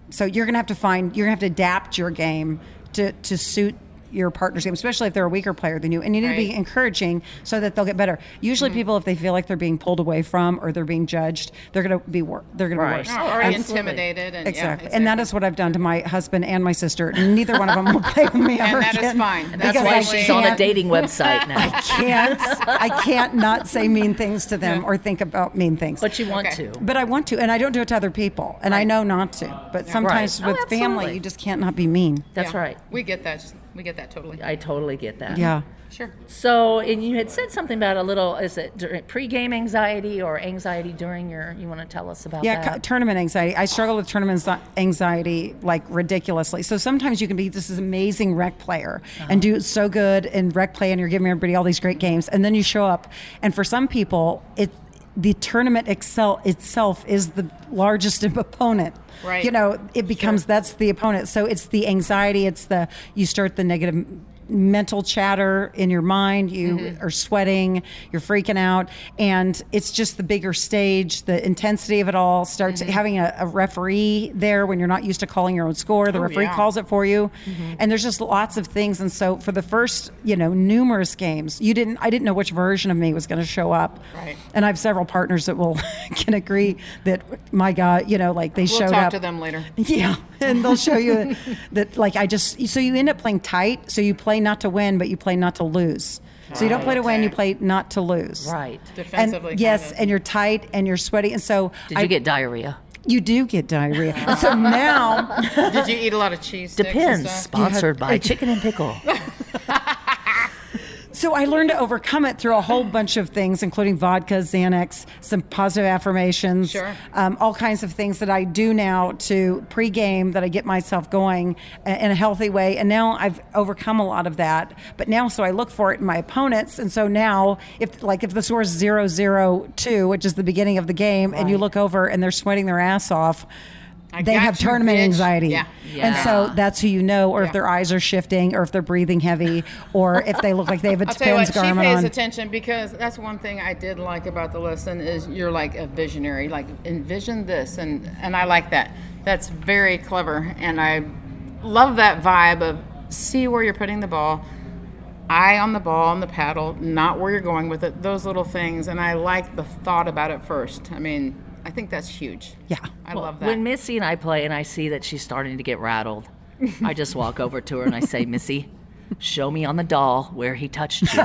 Speaker 4: So you're going to have to find, you're going to have to adapt your game to, to suit your partner's game, especially if they're a weaker player than you. And you need to be
Speaker 3: Right.
Speaker 4: encouraging so that they'll get better. Usually people, if they feel like they're being pulled away from or they're being judged, they're going to be, wor- they're going
Speaker 2: Right.
Speaker 4: to be worse.
Speaker 3: Or already
Speaker 2: Absolutely.
Speaker 3: intimidated. And,
Speaker 4: Oh, Exactly.
Speaker 3: Oh, Yeah,
Speaker 4: And that is what I've done to my husband and my sister. Neither one of them will play with me ever
Speaker 3: And that is
Speaker 4: again.
Speaker 3: fine. And
Speaker 2: That's
Speaker 4: Because
Speaker 2: why
Speaker 4: I
Speaker 2: she's on a
Speaker 4: can't-
Speaker 2: dating website now.
Speaker 4: Can't, I can't not say mean things to them or think about mean things.
Speaker 2: But you want
Speaker 3: Okay.
Speaker 2: to.
Speaker 4: But I want to, and I don't do it to other people, and I know not to. But sometimes
Speaker 2: Right. Oh,
Speaker 4: with family,
Speaker 2: absolutely.
Speaker 4: you just can't not be mean.
Speaker 2: That's
Speaker 3: Yeah.
Speaker 2: right.
Speaker 3: We get that. We get that totally.
Speaker 2: I totally get that.
Speaker 4: Yeah.
Speaker 3: Sure.
Speaker 2: So, and you had said something about a little, is it during pre-game anxiety or anxiety during your, you want to tell us about
Speaker 4: Yeah,
Speaker 2: that?
Speaker 4: cu- tournament anxiety. I struggle with tournament anxi- anxiety like ridiculously. So sometimes you can be this is amazing rec player and
Speaker 2: Uh-huh.
Speaker 4: do so good in rec play, and you're giving everybody all these great games, and then you show up, and for some people, it the tournament excel itself is the largest opponent.
Speaker 3: Right.
Speaker 4: You know, it becomes that's the opponent. So it's the anxiety. It's the you start the negative mental chatter in your mind. You
Speaker 3: Mm-hmm.
Speaker 4: are sweating. You're freaking out, and it's just the bigger stage. The intensity of it all starts.
Speaker 3: Mm-hmm.
Speaker 4: Having a, a referee there when you're not used to calling your own score, the referee
Speaker 3: Oh, yeah. Mm-hmm.
Speaker 4: calls it for you, and there's just lots of things. And so for the first, you know, numerous games, you didn't. I didn't know which version of me was going to show up.
Speaker 3: Right.
Speaker 4: And I have several partners that will can agree that my God, you know, like they
Speaker 3: We'll
Speaker 4: showed
Speaker 3: talk
Speaker 4: up.
Speaker 3: to them later.
Speaker 4: Yeah, and they'll show you that like I just so you end up playing tight. So you play not to win, but you play not to lose. So you don't play to win, you play not to lose.
Speaker 2: right.
Speaker 4: And
Speaker 3: Defensively.
Speaker 4: yes,
Speaker 3: kinda.
Speaker 4: and you're tight and you're sweaty, and so
Speaker 2: Did you get diarrhea?
Speaker 4: you do get diarrhea. And so now
Speaker 3: Did you eat a lot of cheese? sticks and
Speaker 2: Depends.
Speaker 3: stuff?
Speaker 2: Sponsored by Chicken and Pickle.
Speaker 4: So I learned to overcome it through a whole bunch of things, including vodka, Xanax, some positive affirmations,
Speaker 3: Sure.
Speaker 4: um, all kinds of things that I do now to pregame that I get myself going a- in a healthy way. And now I've overcome a lot of that. But now, so I look for it in my opponents. And so now, if like if the score is zero zero two, which is the beginning of the game, and you look over and they're sweating their ass off.
Speaker 3: I
Speaker 4: they
Speaker 3: got
Speaker 4: have
Speaker 3: you,
Speaker 4: tournament
Speaker 3: bitch.
Speaker 4: anxiety.
Speaker 3: Yeah.
Speaker 4: And so
Speaker 2: Yeah.
Speaker 4: that's who you know, or
Speaker 3: Yeah.
Speaker 4: if their eyes are shifting, or if they're breathing heavy, or if they look like they have a
Speaker 3: I'll tell you what,
Speaker 4: Penn's
Speaker 3: she
Speaker 4: garment
Speaker 3: pays
Speaker 4: on.
Speaker 3: attention because that's one thing I did like about the lesson is you're like a visionary, like envision this, and and I like that. That's very clever, and I love that vibe of see where you're putting the ball, eye on the ball on the paddle, not where you're going with it. Those little things, and I like the thought about it first. I mean, I think that's huge.
Speaker 4: Yeah.
Speaker 3: I love that.
Speaker 2: When Missy and I play and I see that she's starting to get rattled, I just walk over to her and I say, Missy, show me on the doll where he touched you.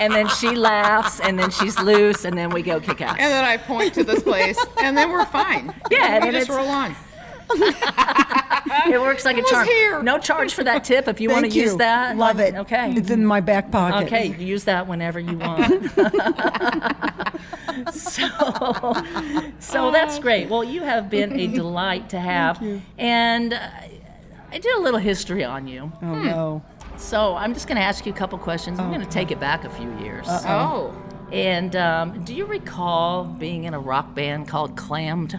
Speaker 2: and then she laughs and then she's loose and then we go kick ass.
Speaker 3: and then I point to this place, and then we're fine.
Speaker 2: Yeah, and
Speaker 3: and we
Speaker 2: then
Speaker 3: just
Speaker 2: it's-
Speaker 3: roll on.
Speaker 2: it works like a
Speaker 3: was
Speaker 2: charm.
Speaker 3: here.
Speaker 2: No charge for that tip if you want to
Speaker 4: Thank you.
Speaker 2: use that.
Speaker 4: Love it.
Speaker 2: Okay.
Speaker 4: It's in my back pocket.
Speaker 2: Okay, you use that whenever you want. so, so
Speaker 4: Uh,
Speaker 2: that's great. Well, you have been a delight to have, and uh, I did a little history on you.
Speaker 4: Oh,
Speaker 3: Hmm.
Speaker 4: no.
Speaker 2: So I'm just going to ask you a couple questions. I'm going to take it back a few years.
Speaker 3: Oh,
Speaker 2: And um, do you recall being in a rock band called Clammed?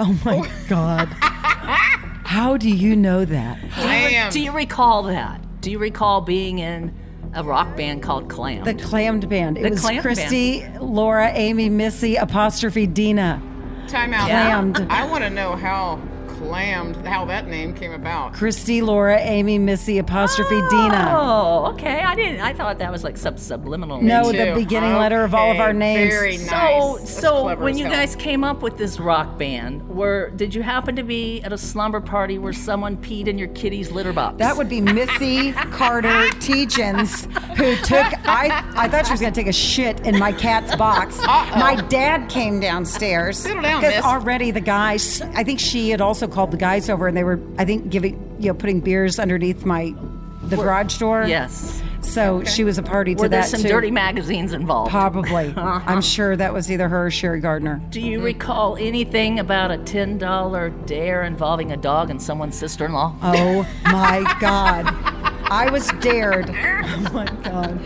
Speaker 4: Oh, my God. How do you know that?
Speaker 3: damn.
Speaker 2: Do you recall that? Do you recall being in a rock band called Clammed?
Speaker 4: The clammed band. It
Speaker 2: The
Speaker 4: was
Speaker 2: clammed band.
Speaker 4: Christy, Laura, Amy, Missy, apostrophe Dina.
Speaker 3: Time out.
Speaker 4: Clammed.
Speaker 3: I want to know how clammed, how that name came about.
Speaker 4: Christy, Laura, Amy, Missy, apostrophe Dina.
Speaker 2: Oh, okay. I didn't. I thought that was like sub subliminal.
Speaker 4: No,
Speaker 3: Two.
Speaker 4: Oh, the beginning letter of all of our
Speaker 3: Okay,
Speaker 4: names.
Speaker 3: Very nice.
Speaker 2: So,
Speaker 3: That's
Speaker 2: so
Speaker 3: clever
Speaker 2: when
Speaker 3: as
Speaker 2: you
Speaker 3: hell.
Speaker 2: guys came up with this rock band, were did you happen to be at a slumber party where someone peed in your kitty's litter box?
Speaker 4: That would be Missy Carter Teachins, who took. I I thought she was going to take a shit in my cat's box. My dad came downstairs
Speaker 3: Settle down,
Speaker 4: because
Speaker 3: miss.
Speaker 4: already the guys. I think she had also called the guys over, and they were. I think giving you know putting beers underneath my the garage door.
Speaker 2: yes.
Speaker 4: So she was a party to
Speaker 2: Were there
Speaker 4: that
Speaker 2: some
Speaker 4: too.
Speaker 2: dirty Uh-huh. magazines involved?
Speaker 4: Probably. I'm sure that was either her or Sherry Gardner.
Speaker 2: Do you
Speaker 3: Mm-hmm.
Speaker 2: recall anything about a ten dollar dare involving a dog and someone's sister in law?
Speaker 4: Oh my God. I was dared. Oh my God.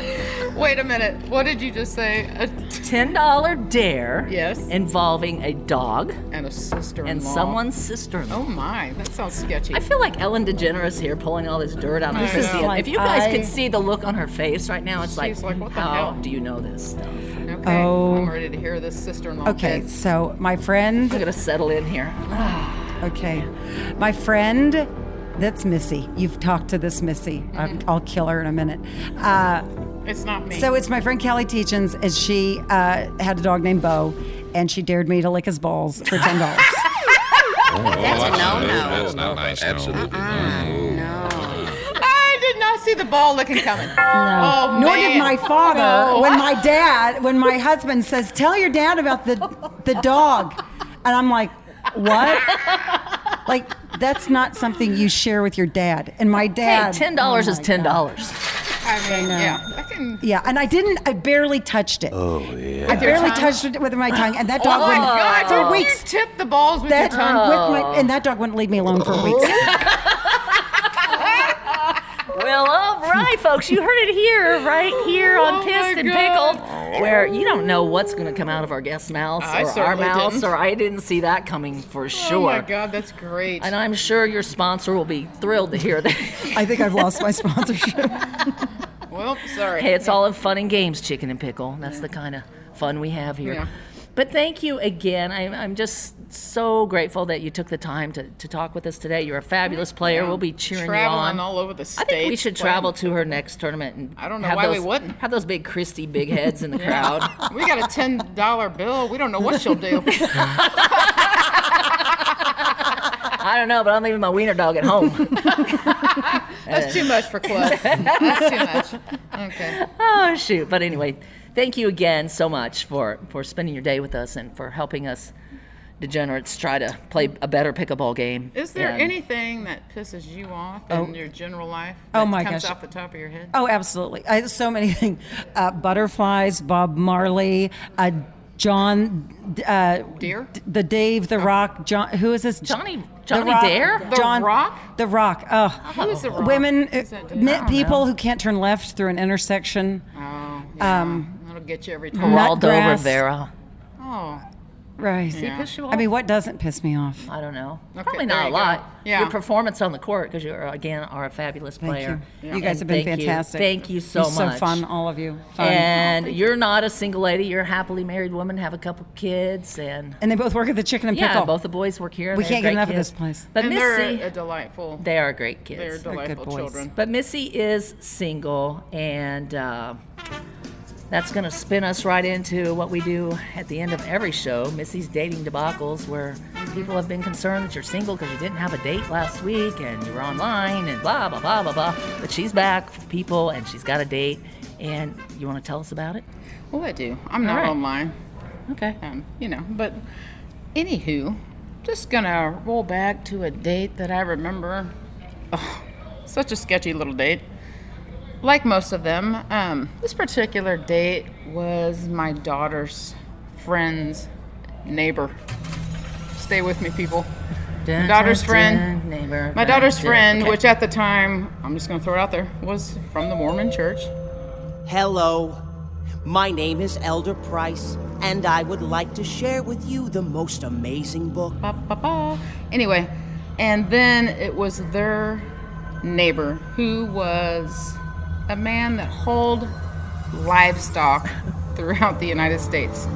Speaker 3: Wait a minute. What did you just say? A t-
Speaker 2: Ten dollar dare.
Speaker 3: Yes.
Speaker 2: Involving a dog
Speaker 3: and a sister
Speaker 2: and someone's sister in law.
Speaker 3: Oh my, that sounds sketchy.
Speaker 2: I feel like Ellen DeGeneres here pulling all this dirt out of
Speaker 3: This
Speaker 2: her.
Speaker 3: is
Speaker 2: skin.
Speaker 4: like
Speaker 2: if you guys
Speaker 4: I-
Speaker 2: could see the look on her face right now, it's like,
Speaker 3: She's like, what the
Speaker 2: how
Speaker 3: hell?
Speaker 2: do you know this stuff?
Speaker 3: okay,
Speaker 4: Oh.
Speaker 3: I'm ready to hear this sister-in-law.
Speaker 4: Okay,
Speaker 3: bit.
Speaker 4: so my
Speaker 2: I'm
Speaker 4: friend,
Speaker 2: gonna settle in here.
Speaker 4: okay, my friend, that's Missy. You've talked to this Missy. I'm-
Speaker 3: Mm-hmm.
Speaker 4: I'll kill her in a minute. Uh,
Speaker 3: it's not me.
Speaker 4: so it's my friend Kelly Teachins, and she uh, had a dog named Bo, and she dared me to lick his balls for ten dollars.
Speaker 5: That's a no-no.
Speaker 6: That's not nice. Absolutely.
Speaker 3: I did not see the ball looking coming. No. Oh
Speaker 4: Nor
Speaker 3: man.
Speaker 4: did my father
Speaker 3: No.
Speaker 4: when my dad, when my husband says, "Tell your dad about the the dog," and I'm like, "What?" like that's not something you share with your dad. And my
Speaker 2: Hey,
Speaker 4: dad,
Speaker 2: ten dollars
Speaker 3: Oh
Speaker 2: is ten dollars.
Speaker 3: I mean, yeah, I can.
Speaker 4: Yeah, and I didn't. I barely touched it. Oh yeah. I barely
Speaker 3: tongue?
Speaker 4: touched it with my tongue, and that dog
Speaker 3: Oh my
Speaker 4: wouldn't.
Speaker 3: God!
Speaker 4: for
Speaker 3: did
Speaker 4: weeks.
Speaker 3: you tip the balls with
Speaker 4: That Oh.
Speaker 3: your tongue? Oh.
Speaker 4: with my, and that dog wouldn't leave me alone for weeks.
Speaker 2: Well, all right, folks, you heard it here, right here on
Speaker 3: Oh
Speaker 2: Pissed
Speaker 3: my
Speaker 2: and
Speaker 3: God.
Speaker 2: Pickled, where you don't know what's gonna come out of our guest mouths
Speaker 3: I
Speaker 2: or our
Speaker 3: certainly
Speaker 2: mouths,
Speaker 3: didn't.
Speaker 2: or I didn't see that coming for sure.
Speaker 3: Oh my God, that's great.
Speaker 2: And I'm sure your sponsor will be thrilled to hear that.
Speaker 4: I think I've lost my sponsorship.
Speaker 3: Well, sorry.
Speaker 2: Hey, it's all in fun and games, chicken and pickle. That's the kind of fun we have here.
Speaker 3: Yeah.
Speaker 2: But thank you again. I, I'm just so grateful that you took the time to, to talk with us today. You're a fabulous player. We'll be cheering you
Speaker 3: traveling
Speaker 2: on.
Speaker 3: all over the
Speaker 2: I
Speaker 3: states.
Speaker 2: think we should
Speaker 3: playing.
Speaker 2: travel to her next tournament and
Speaker 3: I don't know
Speaker 2: have
Speaker 3: why we
Speaker 2: those,
Speaker 3: wouldn't.
Speaker 2: have those big Christy big heads in the crowd.
Speaker 3: We got a ten dollar bill. We don't know what she'll do.
Speaker 2: I don't know, but I'm leaving my wiener dog at home.
Speaker 3: That's too much for club. That's too much. Okay.
Speaker 2: oh shoot! But anyway, thank you again so much for for spending your day with us and for helping us degenerates try to play a better pickleball game.
Speaker 3: Is there
Speaker 2: And-
Speaker 3: anything that pisses you off in your general life?
Speaker 4: Oh
Speaker 3: that
Speaker 4: my
Speaker 3: comes
Speaker 4: gosh.
Speaker 3: off the top of your head.
Speaker 4: Oh, absolutely. I, so many things. Uh, butterflies, Bob Marley, uh, John, uh,
Speaker 2: Oh,
Speaker 3: Deer?
Speaker 4: the Dave, The Rock, John. Who is this?
Speaker 2: Johnny-
Speaker 4: The
Speaker 2: Johnny
Speaker 4: Rock-
Speaker 2: Dare?
Speaker 3: The
Speaker 4: John
Speaker 3: Rock?
Speaker 4: The Rock. Oh,
Speaker 3: Who is the rock?
Speaker 4: women,
Speaker 3: Is that
Speaker 4: uh,
Speaker 3: Dave?
Speaker 4: men- people who can't turn left through an intersection.
Speaker 2: um,
Speaker 3: Oh, yeah. That'll get you every time.
Speaker 4: Nut
Speaker 2: Waldo
Speaker 4: grass.
Speaker 2: Rivera.
Speaker 3: Oh.
Speaker 4: Right.
Speaker 2: Did it piss you off?
Speaker 4: I mean, what doesn't piss me off?
Speaker 2: I don't know.
Speaker 3: Okay,
Speaker 2: Probably
Speaker 3: there
Speaker 2: not a
Speaker 3: you go.
Speaker 2: lot.
Speaker 3: Yeah.
Speaker 2: Your performance on the court, because you are again are a fabulous player.
Speaker 4: you. You
Speaker 2: And
Speaker 4: guys have been
Speaker 2: thank you.
Speaker 4: fantastic.
Speaker 2: Thank you so
Speaker 4: You're
Speaker 2: much.
Speaker 4: So fun, all of you. Fun.
Speaker 2: And you're not a single lady. You're a happily married woman. Have a couple kids, and
Speaker 4: and they both work at the chicken and
Speaker 2: yeah,
Speaker 4: pickle.
Speaker 2: both the boys work here. and
Speaker 4: We
Speaker 2: they're
Speaker 4: can't get
Speaker 2: great
Speaker 4: enough of
Speaker 2: kids.
Speaker 4: this place.
Speaker 2: But
Speaker 3: and
Speaker 2: Missy,
Speaker 3: they're a delightful.
Speaker 2: they are great kids.
Speaker 3: They're delightful
Speaker 4: boys.
Speaker 3: children.
Speaker 2: But Missy is single, and uh, that's going to spin us right into what we do at the end of every show Missy's dating debacles, where people have been concerned that you're single because you didn't have a date last week and you were online and blah, blah, blah, blah, blah. But she's back, for people, and she's got a date. And you want to tell us about it?
Speaker 3: Well, I do. I'm not
Speaker 2: All right.
Speaker 3: online.
Speaker 2: Okay.
Speaker 3: Um, you know, but anywho, just gonna roll back to a date that I remember. Oh, such a sketchy little date. Like most of them, um, this particular date was my daughter's friend's neighbor. Stay with me, people.
Speaker 2: Dun,
Speaker 3: daughter's
Speaker 2: dun,
Speaker 3: friend.
Speaker 2: dun, neighbor,
Speaker 3: My daughter's
Speaker 2: dun,
Speaker 3: friend,
Speaker 2: okay.
Speaker 3: which at the time, I'm just gonna throw it out there, was from the Mormon church.
Speaker 7: Hello. My name is Elder Price, and I would like to share with you the most amazing book.
Speaker 3: Ba, ba, ba. Anyway, and then it was their neighbor who was a man that hauled livestock throughout the United States.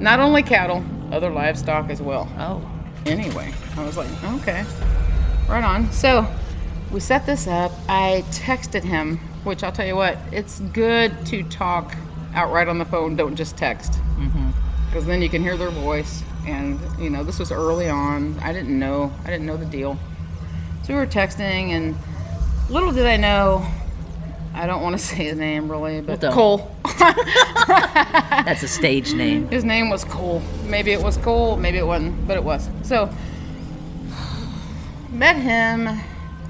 Speaker 3: Not only cattle, other livestock as well.
Speaker 2: Oh,
Speaker 3: Anyway, I was like, okay, right on. So we set this up. I texted him, which I'll tell you what, it's good to talk outright on the phone. Don't just text, because
Speaker 2: Mm-hmm.
Speaker 3: then you can hear their voice. And you know, this was early on. I didn't know. I didn't know the deal. So we were texting, and little did I know. I don't want to say his name really, but
Speaker 2: Well, don't.
Speaker 3: Cole.
Speaker 2: that's a stage name.
Speaker 3: His name was Cole. Maybe it was Cole, maybe it wasn't, but it was. So, met him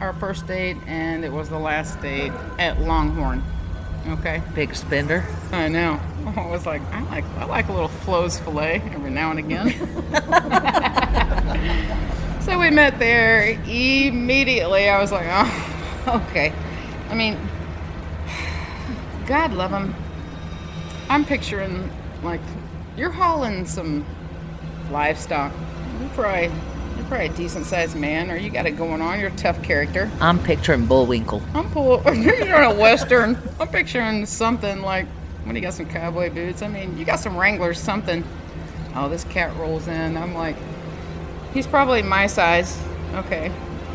Speaker 3: our first date, and it was the last date at Longhorn. Okay,
Speaker 2: Big spender.
Speaker 3: I know. I was like, I like, I like a little Flo's fillet every now and again. so we met there immediately. I was like, oh, okay. I mean, God love him. I'm picturing like you're hauling some livestock. You're probably you're probably a decent sized man, or you got it going on. You're a tough character.
Speaker 2: I'm picturing Bullwinkle.
Speaker 3: I'm pull. you're in a western. I'm picturing something like when you got some cowboy boots. I mean, you got some Wranglers, something. Oh, this cat rolls in. I'm like, he's probably my size. Okay,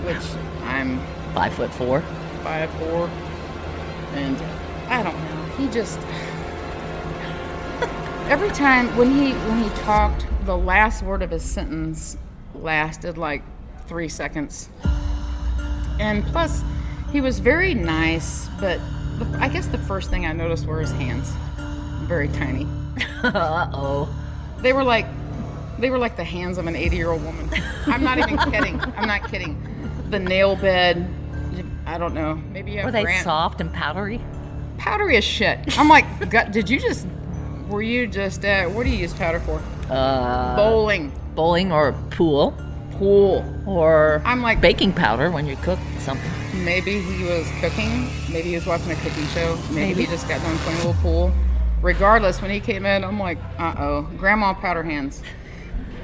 Speaker 3: which I'm
Speaker 2: Five foot four.
Speaker 3: five four, and I don't know. He just every time when he when he talked, the last word of his sentence lasted like three seconds. And plus, he was very nice, but the, I guess the first thing I noticed were his hands, very tiny.
Speaker 2: Uh oh.
Speaker 3: They were like they were like the hands of an 80 year old woman. I'm not even kidding. I'm not kidding. The nail bed. I don't know. Maybe you have
Speaker 2: Were they
Speaker 3: Grant-
Speaker 2: soft and powdery?
Speaker 3: powdery as shit. I'm like, God, did you just? Were you just? Uh, what do you use powder for? Uh, Bowling
Speaker 2: bowling or pool
Speaker 3: pool.
Speaker 2: or
Speaker 3: I'm like-
Speaker 2: baking powder when you cook something.
Speaker 3: Maybe he was cooking. Maybe he was watching a cooking show. Maybe, he just got done playing a little pool. Regardless, when he came in, I'm like, uh oh, grandma powder hands,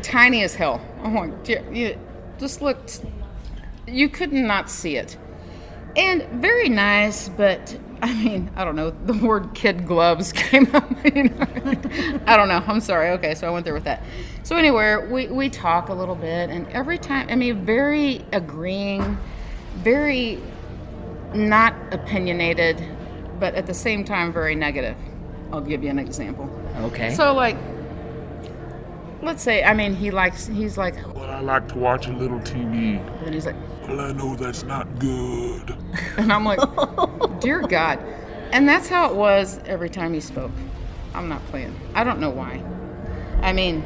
Speaker 3: tiny as hell. I'm like, "Dear- you just looked. You could not see it. And very nice, but I mean, I don't know. The word kid gloves came up. You know? I don't know. I'm sorry. Okay, so I went there with that. So, anyway, we, we talk a little bit, and every time, I mean, very agreeing, very not opinionated, but at the same time, very negative. I'll give you an example.
Speaker 2: Okay.
Speaker 3: So, like, let's say, I mean, he likes, he's like,
Speaker 8: Well, I like to watch a little TV.
Speaker 3: and he's like,
Speaker 8: Well, I know that's not good.
Speaker 3: And I'm like, dear God. And that's how it was every time he spoke. I'm not playing. I don't know why. I mean,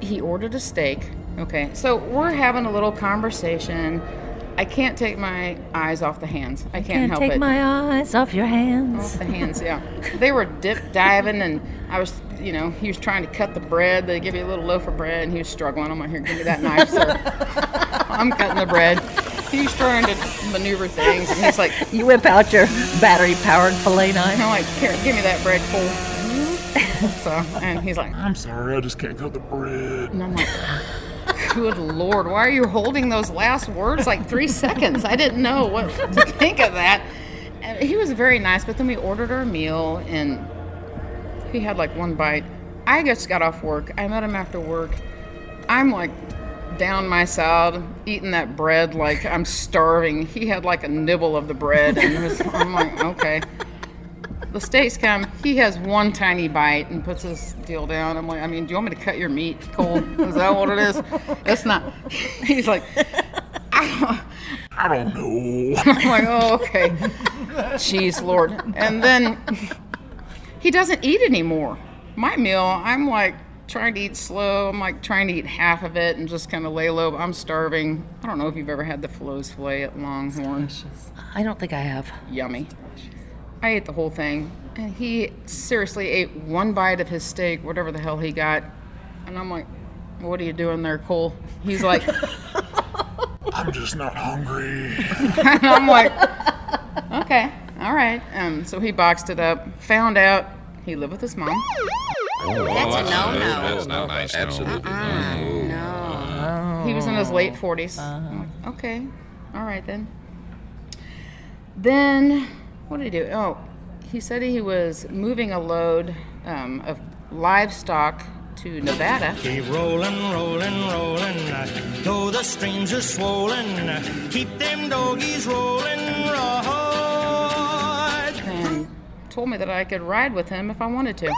Speaker 3: he ordered a steak. Okay. So we're having a little conversation. I can't take my eyes off the hands. I can't,
Speaker 2: Can't
Speaker 3: help
Speaker 2: take
Speaker 3: it.
Speaker 2: my eyes off your hands.
Speaker 3: Off the hands, yeah. They were dip diving, and I was, you know, he was trying to cut the bread. They give you a little loaf of bread, and he was struggling. I'm like, here, give me that knife, sir. I'm cutting the bread. He's trying to maneuver things, and he's like,
Speaker 2: You whip out your battery powered filet knife.
Speaker 3: I'm like, here, give me that bread, fool. So, and he's like,
Speaker 8: I'm sorry, I just can't cut the bread.
Speaker 3: And I'm like, good lord, why are you holding those last words like three seconds? I didn't know what to think of that. And he was very nice, but then we ordered our meal and he had like one bite. I just got off work. I met him after work. I'm like down my side, eating that bread like I'm starving. He had like a nibble of the bread, and it was, I'm like, okay. The steaks come. He has one tiny bite and puts his deal down. I'm like, I mean, do you want me to cut your meat cold? Is that what it is? It's not. He's like,
Speaker 8: I don't know.
Speaker 3: I'm like, oh, okay. Jeez, Lord. And then he doesn't eat anymore. My meal, I'm like trying to eat slow. I'm like trying to eat half of it and just kind of lay low. I'm starving. I don't know if you've ever had the Flo's filet at Longhorn.
Speaker 2: I don't think I have.
Speaker 3: Yummy. I ate the whole thing. And he seriously ate one bite of his steak, whatever the hell he got. And I'm like, what are you doing there, Cole? He's like,
Speaker 8: I'm just not hungry.
Speaker 3: And I'm like, okay, all right. Um, so he boxed it up, found out he lived with his mom.
Speaker 5: That's a no-no.
Speaker 6: That's not nice. no. Absolutely.
Speaker 3: He was in his late 40s. I'm like, okay, all right then. Then, what did he do? Oh, he said he was moving a load um, of livestock to Nevada.
Speaker 7: Keep rolling, rolling, rolling. Though the streams are swollen, keep them doggies rolling, right.
Speaker 3: and told me that I could ride with him if I wanted to.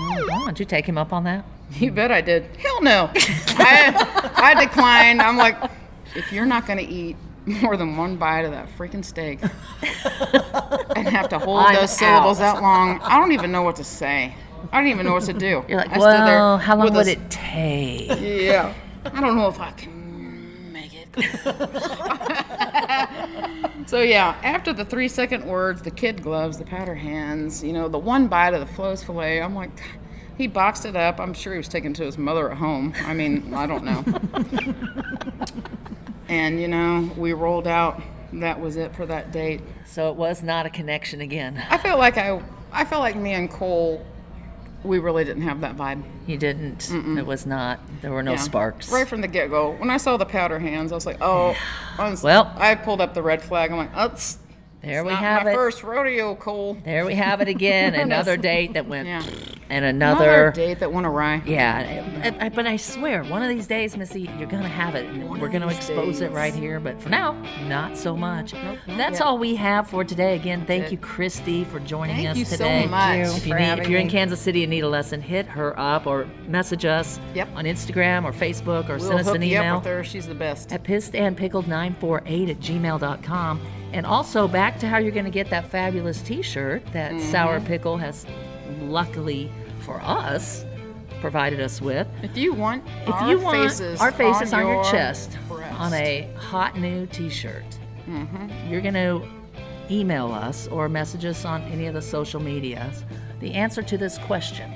Speaker 2: Oh, did you take him up on that?
Speaker 3: You bet I did. Hell no. I, I declined. I'm like, if you're not going to eat more than one bite of that freaking steak and have to hold
Speaker 2: I'm
Speaker 3: those syllables
Speaker 2: out.
Speaker 3: that long, I don't even know what to say. I don't even know what to do.
Speaker 2: You're like,
Speaker 3: I stood there
Speaker 2: well, how long
Speaker 3: with
Speaker 2: would
Speaker 3: a
Speaker 2: it take?
Speaker 3: yeah. I don't know if I can make it. so yeah, after the three second words, the kid gloves, the powder hands, you know, the one bite of the flows filet, I'm like, "God." he boxed it up. I'm sure he was taken to his mother at home. I mean, I don't know. and you know, we rolled out. That was it for that date.
Speaker 2: so it was not a connection again.
Speaker 3: I felt like I, I felt like me and Cole, we really didn't have that vibe.
Speaker 2: You didn't. It was not. There were no
Speaker 3: Yeah.
Speaker 2: sparks.
Speaker 3: Right from the get go. When I saw the powder hands, I was like, oh. I was-
Speaker 2: Well.
Speaker 3: I pulled up the red flag. I'm like, oh, it's,
Speaker 2: there
Speaker 3: it's
Speaker 2: we
Speaker 3: not
Speaker 2: have
Speaker 3: my
Speaker 2: it.
Speaker 3: first rodeo, Cole.
Speaker 2: There we have it again. another date that went,
Speaker 3: Yeah.
Speaker 2: and
Speaker 3: Another
Speaker 2: another.
Speaker 3: date that went awry.
Speaker 2: Yeah, I- I- but I swear, one of these days, Missy, you're gonna have it. and We're gonna expose it right here, but for now, not so much. That's all we have for today. Again, thank you, Christy, for joining
Speaker 3: Thank
Speaker 2: us
Speaker 3: you so
Speaker 2: today.
Speaker 3: much
Speaker 2: If, you
Speaker 4: for
Speaker 2: need,
Speaker 4: having
Speaker 2: if you're in
Speaker 4: me.
Speaker 2: Kansas City and need a lesson, hit her up or message us
Speaker 3: Yep.
Speaker 2: on Instagram or Facebook or
Speaker 3: We'll
Speaker 2: send us
Speaker 3: hook
Speaker 2: an
Speaker 3: you
Speaker 2: email
Speaker 3: up with her. She's the best.
Speaker 2: at pissedandpickled948 at gmail.com. And also back to how you're going to get that fabulous t shirt that
Speaker 3: Mm-hmm.
Speaker 2: Sour Pickle has luckily for us provided us with.
Speaker 3: If you want,
Speaker 2: If
Speaker 3: our
Speaker 2: you want
Speaker 3: faces
Speaker 2: our faces on, your, chest
Speaker 3: breast. Mm-hmm.
Speaker 2: on a hot new t shirt, you're going to email us or message us on any of the social medias the answer to this question.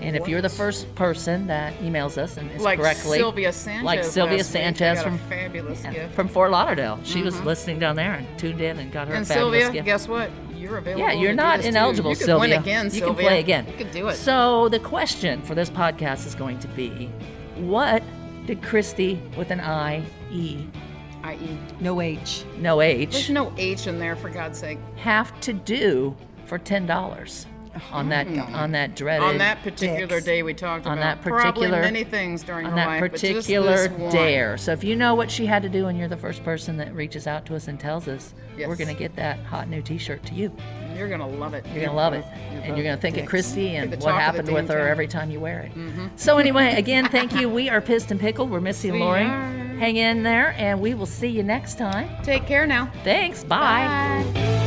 Speaker 2: And if you're the first person that emails us and is
Speaker 3: like
Speaker 2: correctly
Speaker 3: Sylvia Sanchez,
Speaker 2: like Sylvia
Speaker 3: last week, we
Speaker 2: Sanchez
Speaker 3: got
Speaker 2: from
Speaker 3: a fabulous
Speaker 2: yeah,
Speaker 3: gift.
Speaker 2: from Fort Lauderdale. She was listening down there and tuned in and got her
Speaker 3: Mm-hmm. and
Speaker 2: fabulous
Speaker 3: Sylvia,
Speaker 2: gift.
Speaker 3: guess what? You're available.
Speaker 2: yeah, you're
Speaker 3: to do
Speaker 2: not
Speaker 3: this, too.
Speaker 2: ineligible,
Speaker 3: you could
Speaker 2: Sylvia.
Speaker 3: Win again,
Speaker 2: you
Speaker 3: Sylvia.
Speaker 2: can play again.
Speaker 3: You could do it.
Speaker 2: So the question for this podcast is going to be, what did Christy with an I E
Speaker 3: I.e.,
Speaker 4: No H.
Speaker 2: no
Speaker 3: there's
Speaker 2: H
Speaker 3: no H in there for God's sake.
Speaker 2: have to do for ten dollars on that on that dreaded
Speaker 3: Oh. on that particular
Speaker 4: dicks.
Speaker 3: day we talked
Speaker 2: On
Speaker 3: about
Speaker 2: that
Speaker 3: probably
Speaker 2: particular-
Speaker 3: many things during
Speaker 2: on
Speaker 3: her
Speaker 2: that
Speaker 3: life, but just
Speaker 2: particular
Speaker 3: this one.
Speaker 2: dare. So if you know what she had to do and you're the first person that reaches out to us and tells us, we're
Speaker 3: Yes.
Speaker 2: going to get that hot new T-shirt to you.
Speaker 3: You're gonna love it.
Speaker 2: You're gonna love it, and you're gonna think of Christy and
Speaker 3: You're the
Speaker 2: what
Speaker 3: talk of the
Speaker 2: happened with
Speaker 3: damn Mm-hmm.
Speaker 2: her
Speaker 3: town.
Speaker 2: every time you wear it. So anyway, again, thank you. We are pissed and pickled. We're Missy and Lori.
Speaker 3: are.
Speaker 2: Hang in there, and we will see you next time.
Speaker 3: Take care now.
Speaker 2: Thanks. Bye.
Speaker 3: Bye.